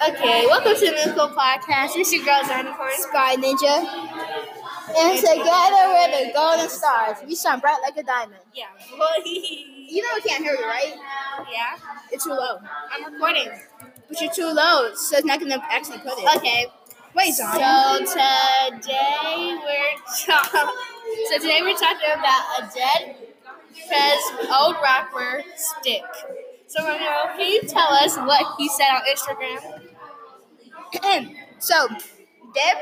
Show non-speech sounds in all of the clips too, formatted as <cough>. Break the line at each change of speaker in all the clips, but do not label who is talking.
Welcome to the Moonful Podcast. This is your girl, Unicorn.
Sky Ninja. And together we're the Golden Stars. We shine bright like a diamond.
Yeah, <laughs> boy.
You know we can't hear you, right?
Yeah,
It's too low.
I'm recording.
But you're too low, so it's not gonna actually put it.
Okay,
Wait,
so
Zon.
today we're ta- <laughs> so today we're talking about a dead Fez old rapper Stick. So Romeo, can you tell us what he said on Instagram?
so, Deb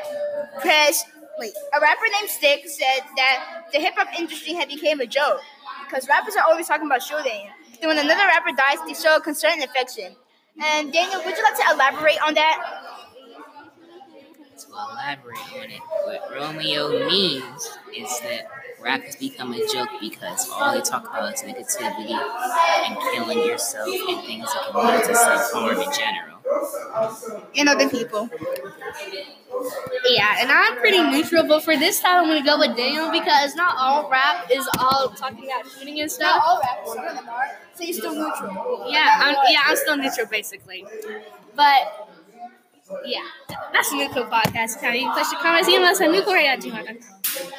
Press, wait, a rapper named Stick said that the hip hop industry had became a joke because rappers are always talking about shooting. Then when another rapper dies, they show concern and affection. And Daniel, would you like to elaborate on that?
to elaborate on it, what Romeo means is that rap has become a joke because all they talk about is negativity and killing yourself and things that can lead to self harm in general.
And other people.
Yeah, and I'm pretty neutral, but for this time I'm gonna go with Daniel because not all rap is all talking about shooting and stuff.
all rappers, some of them are. So you're still neutral.
Yeah, I'm, yeah, I'm still neutral basically. But yeah, that's a neutral podcast. Time. You can push your comments, email us at newcorea@gmail.com.